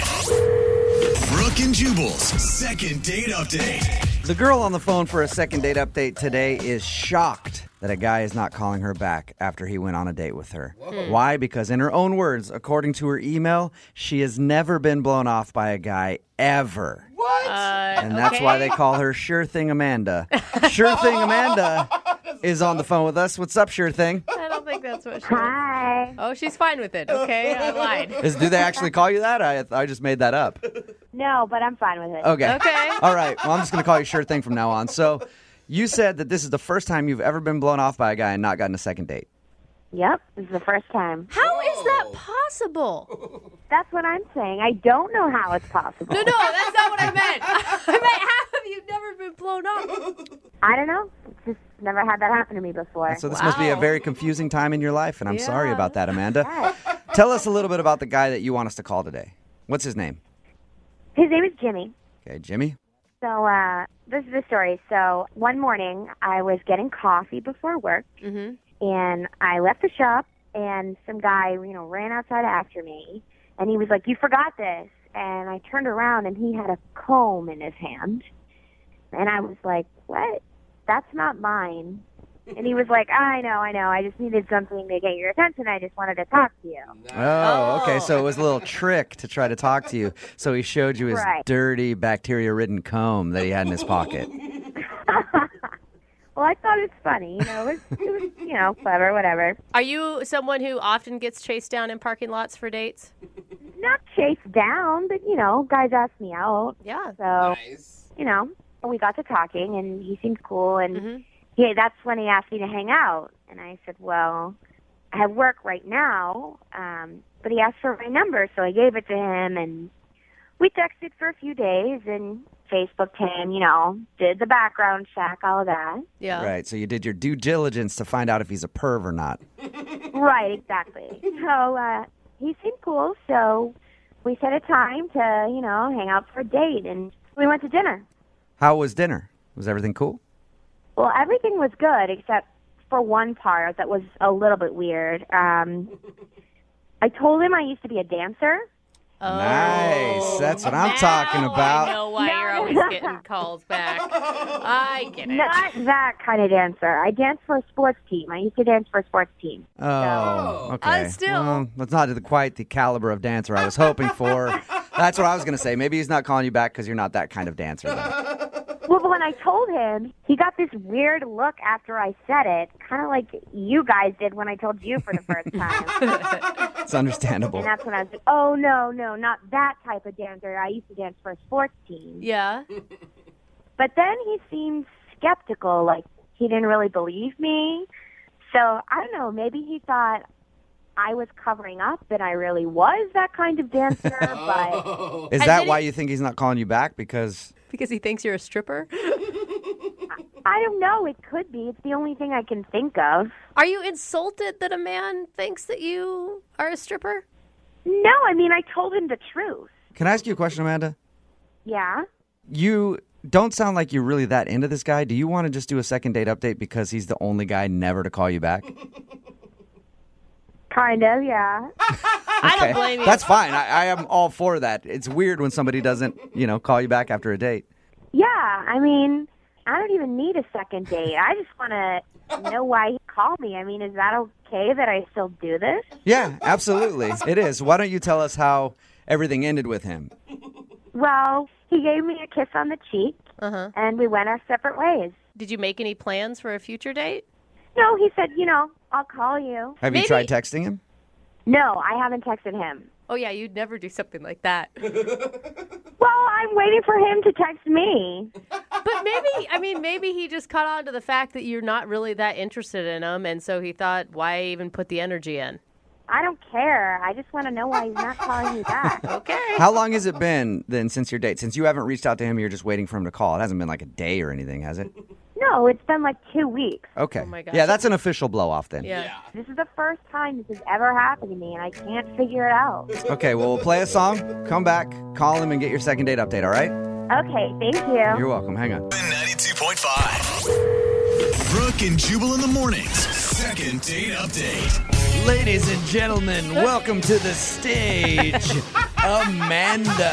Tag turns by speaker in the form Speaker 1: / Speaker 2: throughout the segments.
Speaker 1: 92.5. Brooke and Jubal's second date update.
Speaker 2: The girl on the phone for a second date update today is shocked that a guy is not calling her back after he went on a date with her. Why? Because, in her own words, according to her email, she has never been blown off by a guy ever. And that's why they call her Sure Thing Amanda. Sure Thing Amanda is on the phone with us. What's up, Sure Thing?
Speaker 3: I don't think that's what she.
Speaker 4: Hi.
Speaker 3: Oh, she's fine with it. Okay, I lied.
Speaker 2: Is, do they actually call you that? I, I just made that up.
Speaker 4: No, but I'm fine with it.
Speaker 2: Okay.
Speaker 3: Okay.
Speaker 2: All right. Well, I'm just going to call you Sure Thing from now on. So, you said that this is the first time you've ever been blown off by a guy and not gotten a second date.
Speaker 4: Yep, this is the first time.
Speaker 3: How is that possible?
Speaker 4: That's what I'm saying. I don't know how it's possible.
Speaker 3: No, no, that's not what I meant. I meant how have you never been blown off?
Speaker 4: I don't know. It's just never had that happen to me before.
Speaker 2: So this must be a
Speaker 3: Wow.
Speaker 2: very confusing time in your life, and I'm sorry
Speaker 3: Yeah.
Speaker 2: about that, Amanda.
Speaker 4: Yes.
Speaker 2: Tell us a little bit about the guy that you want us to call today. What's his name?
Speaker 4: His name is Jimmy.
Speaker 2: Okay, Jimmy.
Speaker 4: So uh, this is the story. So one morning, I was getting coffee before work, and I left the shop, and some guy, you know, ran outside after me, and he was like, "You forgot this." And I turned around, and he had a comb in his hand, and I was like, "What? That's not mine." And he was like, "I know, I know. I just needed something to get your attention. I just wanted to talk to you."
Speaker 2: Oh,
Speaker 3: Oh.
Speaker 2: okay. So it was a little trick to try to talk to you. So he showed you his
Speaker 4: Right.
Speaker 2: dirty, bacteria-ridden comb that he had in his pocket.
Speaker 4: Well, I thought it's funny, you know. It was, it was you know, clever, whatever.
Speaker 3: Are you someone who often gets chased down in parking lots for dates?
Speaker 4: not chased down, but you know, guys asked me out.
Speaker 3: Yeah.
Speaker 4: So you know, we got to talking, and he seemed cool, and
Speaker 3: Mhm.
Speaker 4: yeah, that's when he asked me to hang out, and I said, well, I have work right now, um, but he asked for my number, so I gave it to him, and we texted for a few days, and Facebooked him, you know, did the background check, all of that.
Speaker 3: Yeah.
Speaker 2: Right. So you did your due diligence to find out if he's a perv or not.
Speaker 4: Right, exactly. So uh, he seemed cool, so we set a time to, you know, hang out for a date, and we went to dinner.
Speaker 2: How was dinner? Was everything cool?
Speaker 4: Well, everything was good except for one part that was a little bit weird. Um, I told him I used to be a dancer.
Speaker 3: Oh.
Speaker 2: Nice. That's what I'm
Speaker 3: Now
Speaker 2: talking about.
Speaker 3: I know why you're always getting calls back. I get it.
Speaker 4: Not that kind of dancer. I danced for a sports team. I used to dance for a sports team.
Speaker 2: Oh, okay.
Speaker 3: Uh, still-
Speaker 2: Well, that's not the- quite the caliber of dancer I was hoping for. That's what I was going to say. Maybe he's not calling you back because you're not that kind of dancer. then.
Speaker 4: Well, but when I told him, he got this weird look after I said it, kind of like you guys did when I told you for the first time.
Speaker 2: It's understandable.
Speaker 4: and that's when I was like, oh, no, no, not that type of dancer. I used to dance for a sports team.
Speaker 3: Yeah.
Speaker 4: But then he seemed skeptical, like he didn't really believe me. So I don't know, maybe he thought I was covering up and I really was that kind of dancer, but
Speaker 2: Is
Speaker 3: I
Speaker 2: that
Speaker 3: didn't-
Speaker 2: why you think he's not calling you back? Because
Speaker 3: Because he thinks you're a stripper.
Speaker 4: I don't know, it could be. It's the only thing I can think of.
Speaker 3: Are you insulted that a man thinks that you are a stripper?
Speaker 4: No, I mean I told him the truth.
Speaker 2: can I ask you a question, Amanda?
Speaker 4: Yeah.
Speaker 2: You don't sound like you're really that into this guy. Do you want to just do a second date update because he's the only guy never to call you back?
Speaker 4: Kind of, yeah.
Speaker 3: I don't blame you.
Speaker 2: That's fine. I, I am all for that. It's weird when somebody doesn't, you know, call you back after a date.
Speaker 4: Yeah, I mean, I don't even need a second date. I just want to know why he called me. I mean, is that okay that I still do this?
Speaker 2: Yeah, absolutely. It is. Why don't you tell us how everything ended with him?
Speaker 4: Well, he gave me a kiss on the cheek, and we went our separate ways.
Speaker 3: Did you make any plans for a future date?
Speaker 4: No, he said, you know, I'll call you.
Speaker 2: Have
Speaker 3: Maybe-
Speaker 2: you tried texting him?
Speaker 4: No, I haven't texted him.
Speaker 3: Oh yeah, you'd never do something like that.
Speaker 4: Well, I'm waiting for him to text me.
Speaker 3: But maybe, I mean, maybe he just caught on to the fact that you're not really that interested in him, and so he thought, why even put the energy in?
Speaker 4: I don't care. I just want to know why he's not calling me back.
Speaker 3: Okay.
Speaker 2: How long has it been then since your date? Since you haven't reached out to him, you're just waiting for him to call. It hasn't been like a day or anything, has it?
Speaker 4: No, it's been like two weeks.
Speaker 2: Okay.
Speaker 3: Oh my gosh.
Speaker 2: yeah, that's an official blow off then.
Speaker 3: Yeah.
Speaker 4: This is the first time this has ever happened to me, and I can't figure it out.
Speaker 2: Okay, well, we'll play a song, come back, call him, and get your second date update, all right?
Speaker 4: Okay, thank you.
Speaker 2: You're welcome. Hang on.
Speaker 1: 92.5. Brooke and Jubal in the mornings. Second date update.
Speaker 2: Ladies and gentlemen, welcome to the stage,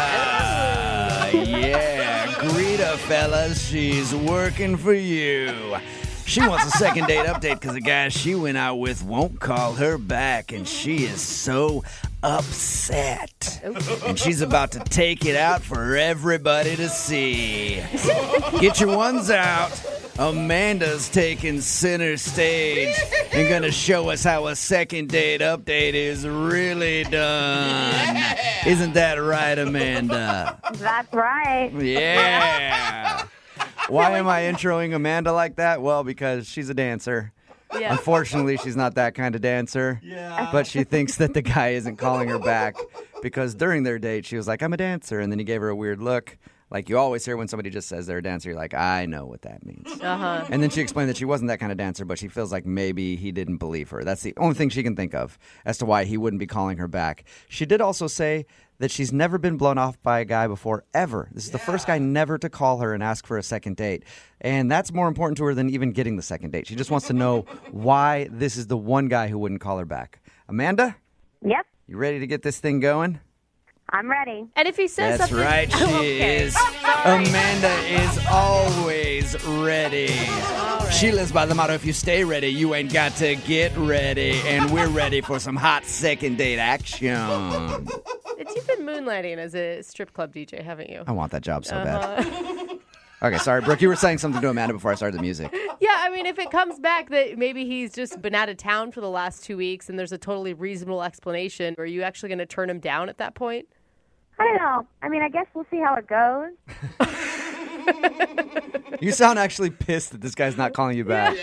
Speaker 2: Amanda. Yeah, greet her, fellas. She's working for you. She wants a second date update because the guy she went out with won't call her back, and she is so upset. And she's about to take it out for everybody to see. Get your ones out. Amanda's taking center stage and gonna show us how a second date update is really done. Isn't that right, Amanda?
Speaker 4: That's right.
Speaker 2: Yeah. Why am I introing Amanda like that? Well, because she's a dancer.
Speaker 3: Yeah.
Speaker 2: Unfortunately, she's not that kind of dancer. Yeah. But she thinks that the guy isn't calling her back because during their date, she was like, I'm a dancer. And then he gave her a weird look. Like you always hear when somebody just says they're a dancer, you're like, I know what that means.
Speaker 3: Uh-huh.
Speaker 2: And then she explained that she wasn't that kind of dancer, but she feels like maybe he didn't believe her. That's the only thing she can think of as to why he wouldn't be calling her back. She did also say that she's never been blown off by a guy before, ever. This is the first guy never to call her and ask for a second date. And that's more important to her than even getting the second date. She just wants to know why this is the one guy who wouldn't call her back. Amanda,
Speaker 4: Yep.
Speaker 2: you ready to get this thing going?
Speaker 4: I'm ready.
Speaker 3: And if he says
Speaker 2: That's
Speaker 3: something, Oh,
Speaker 2: right, she
Speaker 3: Okay.
Speaker 2: is. Amanda is always ready. She lives by the motto if you stay ready, you ain't got to get ready. And we're ready for some hot second date action. I
Speaker 3: It's, you've been moonlighting as a strip club DJ, haven't you?
Speaker 2: want that job so bad.
Speaker 3: Uh-huh.
Speaker 2: Okay, sorry, Brooke, you were saying something to Amanda before I started the music.
Speaker 3: Yeah, I mean, if it comes back that maybe he's just been out of town for the last two weeks and there's a totally reasonable explanation, are you actually going to turn him down at that point?
Speaker 4: I don't know. I mean, I guess we'll see how it goes.
Speaker 2: You sound actually pissed that this guy's not calling you back.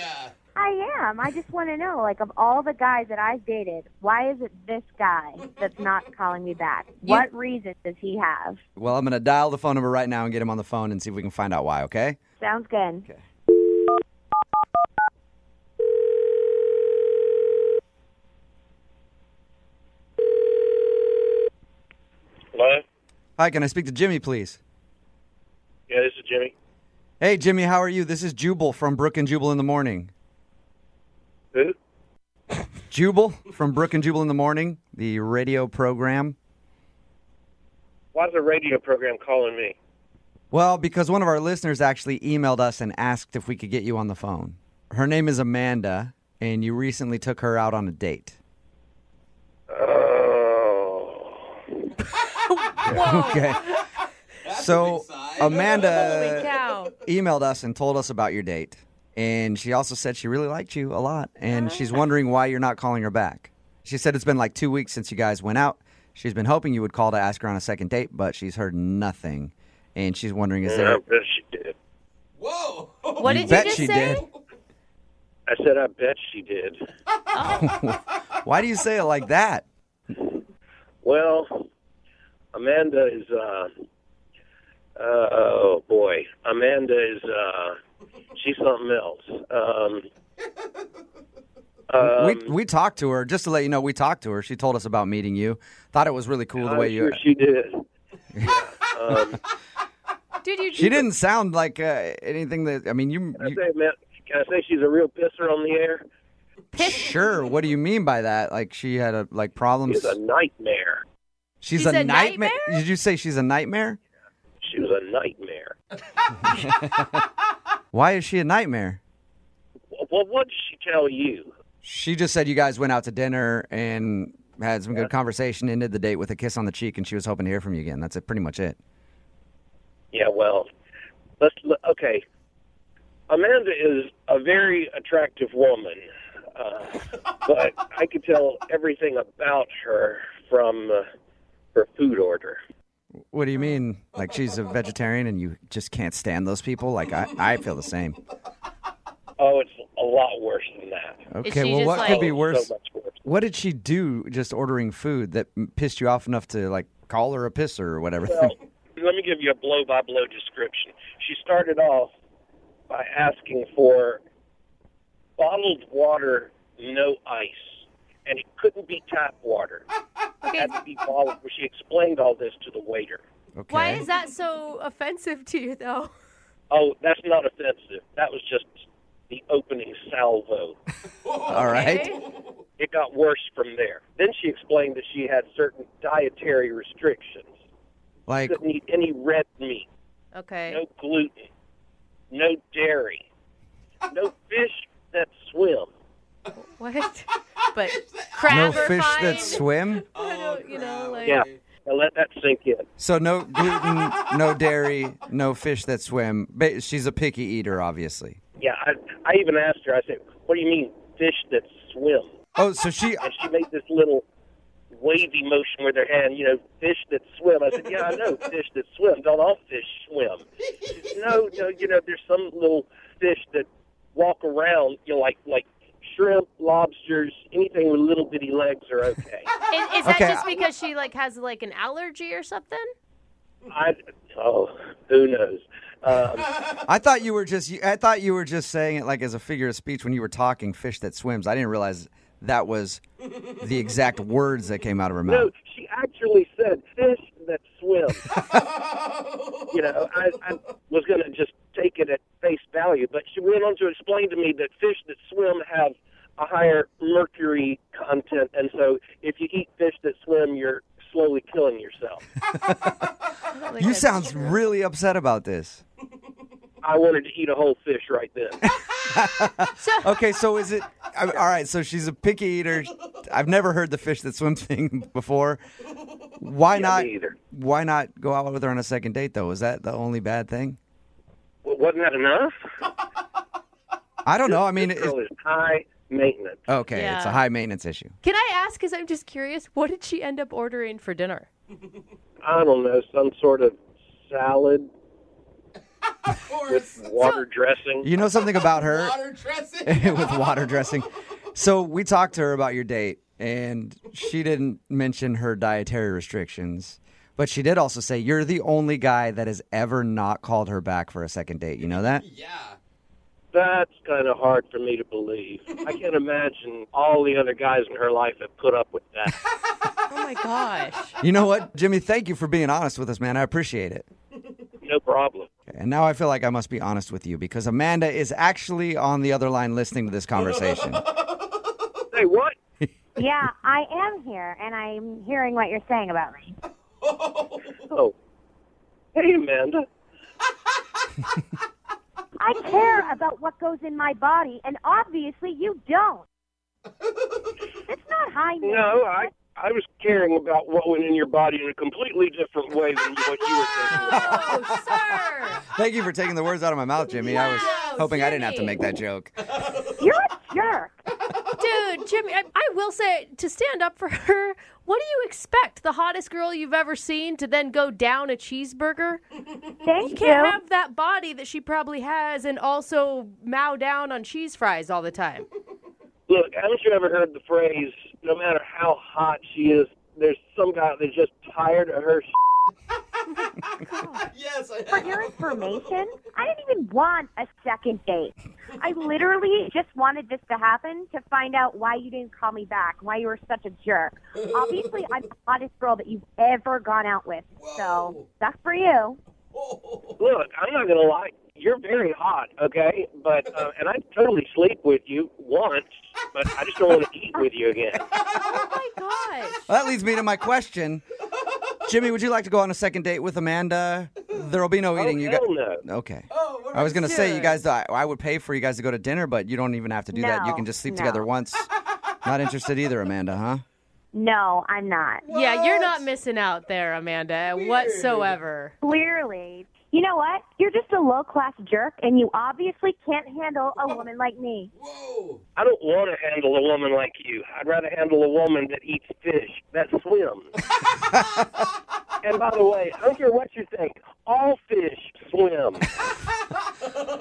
Speaker 4: I am. I just want to know, like, of all the guys that I've dated, why is it this guy that's not calling me back? What reason does he have?
Speaker 2: Well, I'm going to dial the phone number right now and get him on the phone and see if we can find out why, okay?
Speaker 4: Sounds good.
Speaker 5: Hello?
Speaker 2: Hi, can I speak to Jimmy, please?
Speaker 5: Yeah, this is Jimmy.
Speaker 2: Hey, Jimmy, how are you? This is Jubal from Brook and Jubal in the Morning.
Speaker 5: Who?
Speaker 2: Jubal from Brook and Jubal in the Morning, the radio program.
Speaker 5: Why's the radio program calling me?
Speaker 2: Well, because one of our listeners actually emailed us and asked if we could get you on the phone. Her name is Amanda, and you recently took her out on a date.
Speaker 5: Oh.
Speaker 2: Okay. so,
Speaker 3: Holy
Speaker 2: Amanda
Speaker 3: cow.
Speaker 2: emailed us and told us about your date. And she also said she really liked you a lot, and she's wondering why you're not calling her back. She said it's been like two weeks since you guys went out. She's been hoping you would call to ask her on a second date, but she's heard nothing. And she's wondering, is
Speaker 5: I
Speaker 2: there
Speaker 5: bet she did.
Speaker 3: What did
Speaker 2: bet
Speaker 3: you just
Speaker 2: she
Speaker 3: say?
Speaker 2: did.
Speaker 5: I said, I bet she did.
Speaker 2: Why do you say it like that?
Speaker 5: Well, Amanda is, uh, uh, oh boy. Amanda is, uh, she's something else. Um,
Speaker 2: we we talked to her just to let you know we talked to her. She told us about meeting you. Thought it was really cool the
Speaker 5: I'm
Speaker 2: way you.
Speaker 5: sure she did.
Speaker 3: Dude, you
Speaker 2: She didn't sound like uh, anything that I mean you,
Speaker 5: Can I,
Speaker 2: you-
Speaker 5: say, man, can I say she's a real pisser on the air?
Speaker 2: sure what do you mean by that? Like she had a like problems.
Speaker 5: She's a nightmare.
Speaker 2: She's,
Speaker 3: She's a
Speaker 2: nightmare.
Speaker 3: nightmare?
Speaker 2: Did you say she's a nightmare?
Speaker 5: She was a nightmare.
Speaker 2: Why is she a nightmare?
Speaker 5: Well, what did she tell you?
Speaker 2: She just said you guys went out to dinner and had some good conversation, ended the date with a kiss on the cheek, and she was hoping to hear from you again. That's it, pretty much it.
Speaker 5: Yeah, well, let's l- okay. Amanda is a very attractive woman, uh, but I could tell everything about her from uh, her food order.
Speaker 2: What do you mean? Like she's a vegetarian and you just can't stand those people? Like I, I feel the same.
Speaker 5: Oh, it's a lot worse than that.
Speaker 2: Okay,
Speaker 3: she
Speaker 2: well,
Speaker 3: just
Speaker 2: what
Speaker 5: Oh,
Speaker 2: could be
Speaker 5: it's
Speaker 2: worse?
Speaker 5: So much worse.
Speaker 2: What did she do just ordering food that m- pissed you off enough to like call her a pisser or whatever?
Speaker 5: Well, let me give you a blow-by-blow description. She started off by asking for bottled water, no ice, and it couldn't be tap water.
Speaker 3: Okay.
Speaker 5: had to be bottled. She explained all this to the waiter.
Speaker 2: okay.
Speaker 3: Why is that so offensive to you, though?
Speaker 5: Oh, that's not offensive. That was just the opening salvo.
Speaker 2: All right.
Speaker 3: Okay.
Speaker 5: It got worse from there. Then she explained that she had certain dietary restrictions.
Speaker 2: Like,
Speaker 5: Didn't eat any red meat,
Speaker 3: Okay.
Speaker 5: no gluten, no dairy, no fish that swim.
Speaker 3: What? But
Speaker 2: no
Speaker 3: crab are
Speaker 2: fish
Speaker 3: fine.
Speaker 2: that swim?
Speaker 3: I don't- you know, like,
Speaker 5: Yeah. Now let that sink in.
Speaker 2: So, no gluten, no dairy, no fish that swim. Ba- She's a picky eater, obviously.
Speaker 5: Yeah, I, I even asked her, I said, What do you mean fish that swim?
Speaker 2: Oh, so she.
Speaker 5: and she made this little wavy motion with her hand, you know, fish that swim. I said, Yeah, I know fish that swim. Don't all fish swim? She said, no, no, you know, there's some little fish that walk around, you know, like like shrimp, lobsters, anything with little bitty legs are okay.
Speaker 3: And is that
Speaker 2: Okay.
Speaker 3: just because she like has like an allergy or something?
Speaker 5: I oh, who knows? Um,
Speaker 2: I thought you were just. I thought you were just saying it like as a figure of speech when you were talking fish that swims. I didn't realize that was the exact words that came out of her
Speaker 5: no,
Speaker 2: mouth.
Speaker 5: she actually said fish that swim. you know, I, I was going to just take it at face value, but she went on to explain to me that fish that swim have a higher mercury content, and so if you eat fish that swim, you're slowly killing yourself.
Speaker 2: You sound really upset about this.
Speaker 5: I wanted to eat a whole fish right then.
Speaker 2: Okay, so is it I, all right? So she's a picky eater. I've never heard the fish that swim thing before. Why not?
Speaker 5: me either.
Speaker 2: Why not go out with her on a second date though? Is that the only bad thing?
Speaker 5: Well, wasn't that enough?
Speaker 2: I don't know. I mean,
Speaker 5: This
Speaker 2: it,
Speaker 5: girl is high maintenance.
Speaker 2: okay, it's a
Speaker 3: Yeah.
Speaker 2: high maintenance issue.
Speaker 3: Can I ask? Because I'm just curious. What did she end up ordering for dinner?
Speaker 5: I don't know, some sort of salad with water dressing.
Speaker 2: You know something about her
Speaker 6: Water dressing.
Speaker 2: with water dressing. So we talked to her about your date, and she didn't mention her dietary restrictions. But she did also say you're the only guy that has ever not called her back for a second date. You know that?
Speaker 6: Yeah.
Speaker 5: That's kind of hard for me to believe. I can't imagine all the other guys in her life have put up with that.
Speaker 3: Oh my gosh.
Speaker 2: You know what, Jimmy? Thank you for being honest with us, man. I appreciate it.
Speaker 5: No problem.
Speaker 2: And now I feel like I must be honest with you because Amanda is actually on the other line listening to this conversation.
Speaker 5: Say what?
Speaker 4: Yeah, I am here, and I'm hearing what you're saying about me.
Speaker 5: Oh, hey Amanda.
Speaker 4: I care about what goes in my body, and obviously you don't. It's not high maintenance.
Speaker 5: No, I I was caring about what went in your body in a completely different way than what you were thinking. About.
Speaker 3: Oh, sir.
Speaker 2: Thank you for taking the words out of my mouth, Jimmy. I was
Speaker 3: Wow,
Speaker 2: hoping I didn't have to
Speaker 3: Jimmy.
Speaker 2: make that joke.
Speaker 4: You're a jerk.
Speaker 3: Dude, Jimmy, I, I will say to stand up for her, what do you expect? The hottest girl you've ever seen to then go down a cheeseburger?
Speaker 4: Thank
Speaker 3: You can't have that body that she probably has and also mow down on cheese fries all the time.
Speaker 5: Look, haven't you ever heard the phrase? No matter how hot she is, there's some guy that's just tired of her. Sh-
Speaker 6: Yes. I
Speaker 4: For your information, I didn't even want a second date. I literally just wanted this to happen to find out why you didn't call me back, why you were such a jerk. Obviously, I'm the hottest girl that you've ever gone out with. So, sucks for you.
Speaker 5: Look, I'm not gonna lie. You're very hot, okay? But uh, and I totally sleep with you once, but I just don't want to eat with you again.
Speaker 3: Oh my gosh.
Speaker 2: Well, that leads me to my question. Jimmy, would you like to go on a second date with Amanda? There'll be no eating.
Speaker 5: oh,
Speaker 2: You
Speaker 5: hell
Speaker 2: guys.
Speaker 5: no.
Speaker 2: Okay. I was gonna say you guys. I I would pay for you guys to go to dinner, but you don't even have to do that. You
Speaker 4: No,
Speaker 2: can just sleep
Speaker 4: no.
Speaker 2: together once. Not interested either, Amanda? Huh?
Speaker 4: No, I'm not.
Speaker 3: Yeah, you're not missing out there, Amanda, whatsoever.
Speaker 4: Clearly. You know what? You're just a low class jerk, and you obviously can't handle a woman like me.
Speaker 6: Whoa.
Speaker 5: I don't want to handle a woman like you. I'd rather handle a woman that eats fish that swims. and by the way, I don't care what you think, all fish swim.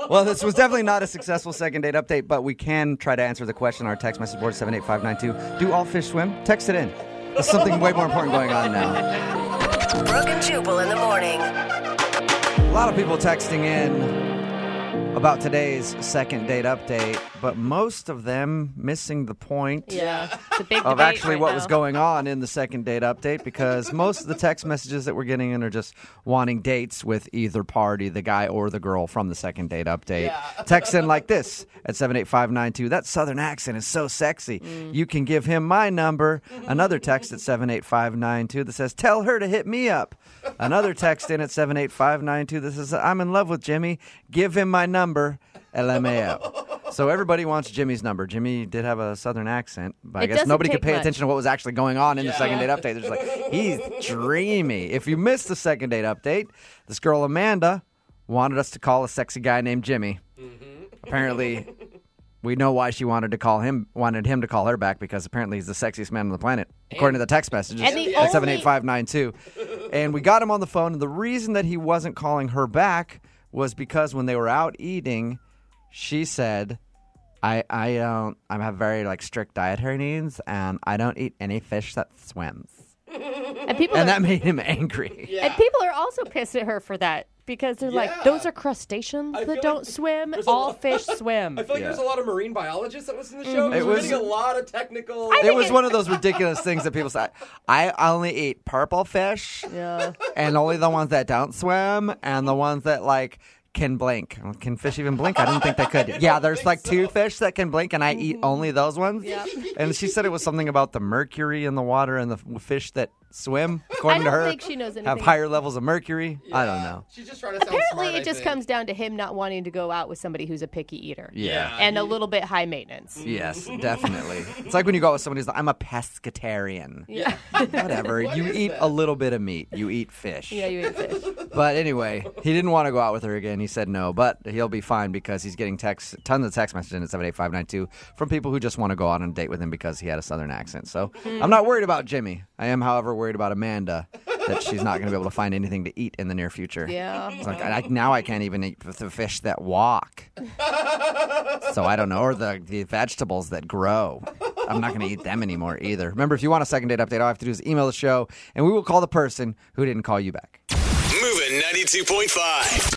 Speaker 2: Well, this was definitely not a successful second date update, but we can try to answer the question on our text message board 78592. Do all fish swim? Text it in. There's something way more important going on now.
Speaker 7: Brooke and Jubal in the morning.
Speaker 2: A lot of people texting in about today's second date update, but most of them missing the point
Speaker 3: Yeah. It's a big
Speaker 2: of
Speaker 3: debate
Speaker 2: actually
Speaker 3: right
Speaker 2: what
Speaker 3: now.
Speaker 2: was going on in the second date update because most of the text messages that we're getting in are just wanting dates with either party, the guy or the girl from the second date update. Text in like this at 78592. That southern accent is so sexy.
Speaker 3: Mm.
Speaker 2: You can give him my number.
Speaker 3: Mm-hmm.
Speaker 2: Another text at 78592 that says, Tell her to hit me up. Another text in at 78592 that says, I'm in love with Jimmy. Give him my number. LMAO. So everybody wants Jimmy's number. Jimmy did have a southern accent, but I
Speaker 3: It
Speaker 2: guess
Speaker 3: doesn't
Speaker 2: nobody
Speaker 3: take
Speaker 2: could pay
Speaker 3: much.
Speaker 2: attention to what was actually going on in the second
Speaker 3: Yeah.
Speaker 2: date update. They're just like, he's dreamy. If you missed the second date update, this girl Amanda wanted us to call a sexy guy named Jimmy. Apparently, we know why she wanted to call him wanted him to call her back because apparently he's the sexiest man on the planet, according to the text messages
Speaker 3: and the
Speaker 2: at
Speaker 3: only-
Speaker 2: seven eight five nine two. And we got him on the phone, and the reason that he wasn't calling her back was because when they were out eating, she said I I don't I have very like strict dietary needs and I don't eat any fish that swims.
Speaker 3: And people
Speaker 2: And
Speaker 3: are
Speaker 2: that made him angry.
Speaker 3: And people are also pissed at her for that because they're like,
Speaker 6: Yeah.
Speaker 3: those are crustaceans
Speaker 6: I
Speaker 3: that
Speaker 6: feel
Speaker 3: don't
Speaker 6: like
Speaker 3: swim.
Speaker 6: there's a
Speaker 3: All
Speaker 6: lot-
Speaker 3: fish swim.
Speaker 6: I feel like
Speaker 2: Yeah.
Speaker 6: there's a lot of marine biologists that listen to the
Speaker 3: Mm-hmm.
Speaker 6: show.
Speaker 2: It
Speaker 6: It
Speaker 2: was-
Speaker 6: was getting a lot of technical.
Speaker 2: It was one of those ridiculous things that people say. I only eat purple fish
Speaker 3: yeah.
Speaker 2: and only the ones that don't swim and the ones that like can blink. Can fish even blink? I didn't think they could. Yeah, there's like two fish that can blink and I eat
Speaker 3: Mm-hmm.
Speaker 2: only those ones. And she said it was something about the mercury in the water and the f- fish that swim according to
Speaker 3: don't
Speaker 2: her
Speaker 3: think she knows
Speaker 2: have
Speaker 3: anything.
Speaker 2: higher levels of mercury. I don't know.
Speaker 6: She's just trying to sound
Speaker 3: Apparently,
Speaker 6: smart, I
Speaker 3: it just
Speaker 6: think.
Speaker 3: comes down to him not wanting to go out with somebody who's a picky eater
Speaker 6: Yeah.
Speaker 3: and a little bit high maintenance.
Speaker 2: Yes, definitely. It's like when you go out with somebody who's like, I'm a pescatarian.
Speaker 3: Yeah.
Speaker 2: Whatever. you eat a little bit of meat. You eat fish.
Speaker 3: yeah, you eat fish.
Speaker 2: But anyway, he didn't want to go out with her again. He said no, but he'll be fine because he's getting text, tons of text messages at 78592 from people who just want to go out on a date with him because he had a southern accent. So I'm not worried about Jimmy. I am, however, worried about Amanda that she's not going to be able to find anything to eat in the near future.
Speaker 3: Yeah.
Speaker 2: It's like, I, I- now I can't even eat f- the fish that walk. so I don't know, or the, the vegetables that grow. I'm not going to eat them anymore either. Remember, if you want a second date update, all I have to do is email the show, and we will call the person who didn't call you back.
Speaker 1: Moving 92.5.